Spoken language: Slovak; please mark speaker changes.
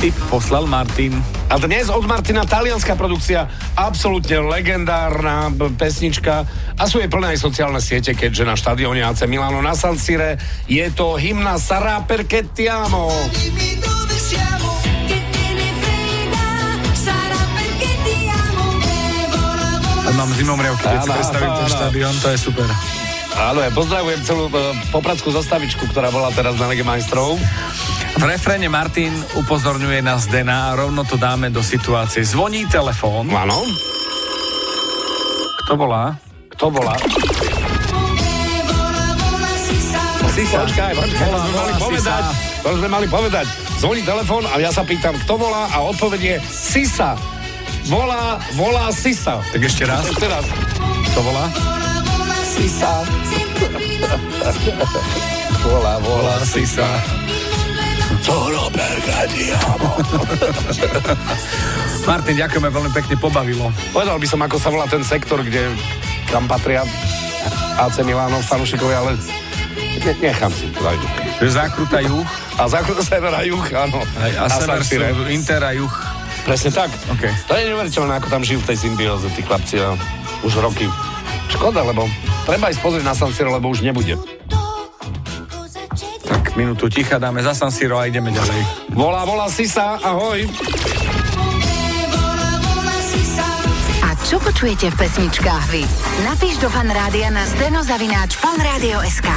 Speaker 1: tip poslal Martin.
Speaker 2: A dnes od Martina talianská produkcia, absolútne legendárna b- pesnička a sú jej plné aj sociálne siete, keďže na štadióne AC Milano na San Sire je to hymna Sarà perché ti amo.
Speaker 3: Dimmi dove siamo, che te ne frega, sarà perché ti amo, devo lavorare.
Speaker 4: Mám zimom riavky, keď si
Speaker 2: Áno,
Speaker 4: predstavím
Speaker 2: áno,
Speaker 4: ten
Speaker 2: áno.
Speaker 4: štadión, to je super.
Speaker 2: Áno, ja pozdravujem celú e, popradskú zastavičku, ktorá bola teraz na Lege majstrov.
Speaker 1: V refréne Martin upozorňuje nás Dena a rovno to dáme do situácie. Zvoní telefón.
Speaker 2: No Áno,
Speaker 1: Kto volá?
Speaker 2: to bola.
Speaker 1: Sisa.
Speaker 2: Počkaj, počkaj, to
Speaker 1: Volá,
Speaker 2: sme mali
Speaker 1: volá
Speaker 2: povedať.
Speaker 1: Sisa.
Speaker 2: To sme mali povedať. Zvoní telefón a ja sa pýtam, kto volá a odpovedie Sisa. Volá, volá Sisa.
Speaker 1: Tak ešte raz.
Speaker 2: Ešte raz.
Speaker 1: Kto volá?
Speaker 2: Sisa. Volá, volá Sisa.
Speaker 1: Martin, ďakujeme veľmi pekne, pobavilo.
Speaker 2: Povedal by som, ako sa volá ten sektor, kde kam patria AC Milánov, fanúšikovia, ale ne, nechám si to zajdu.
Speaker 1: To je Zákruta juh
Speaker 2: A záchod sa na juh, áno.
Speaker 1: aj- a, a
Speaker 2: San
Speaker 1: sever,
Speaker 2: Siro.
Speaker 1: sú Inter a juh.
Speaker 2: Presne tak.
Speaker 1: OK.
Speaker 2: To je neuveriteľné, ako tam žijú v tej symbióze tí chlapci a už roky. Škoda, lebo treba ísť pozrieť na San Siro, lebo už nebude.
Speaker 1: Tak minútu ticha dáme za San Siro a ideme ďalej.
Speaker 2: Volá, volá Sisa, ahoj.
Speaker 5: A čo počujete v pesničkách vy? Napíš do fanrádia na steno zavináč fanradio.sk.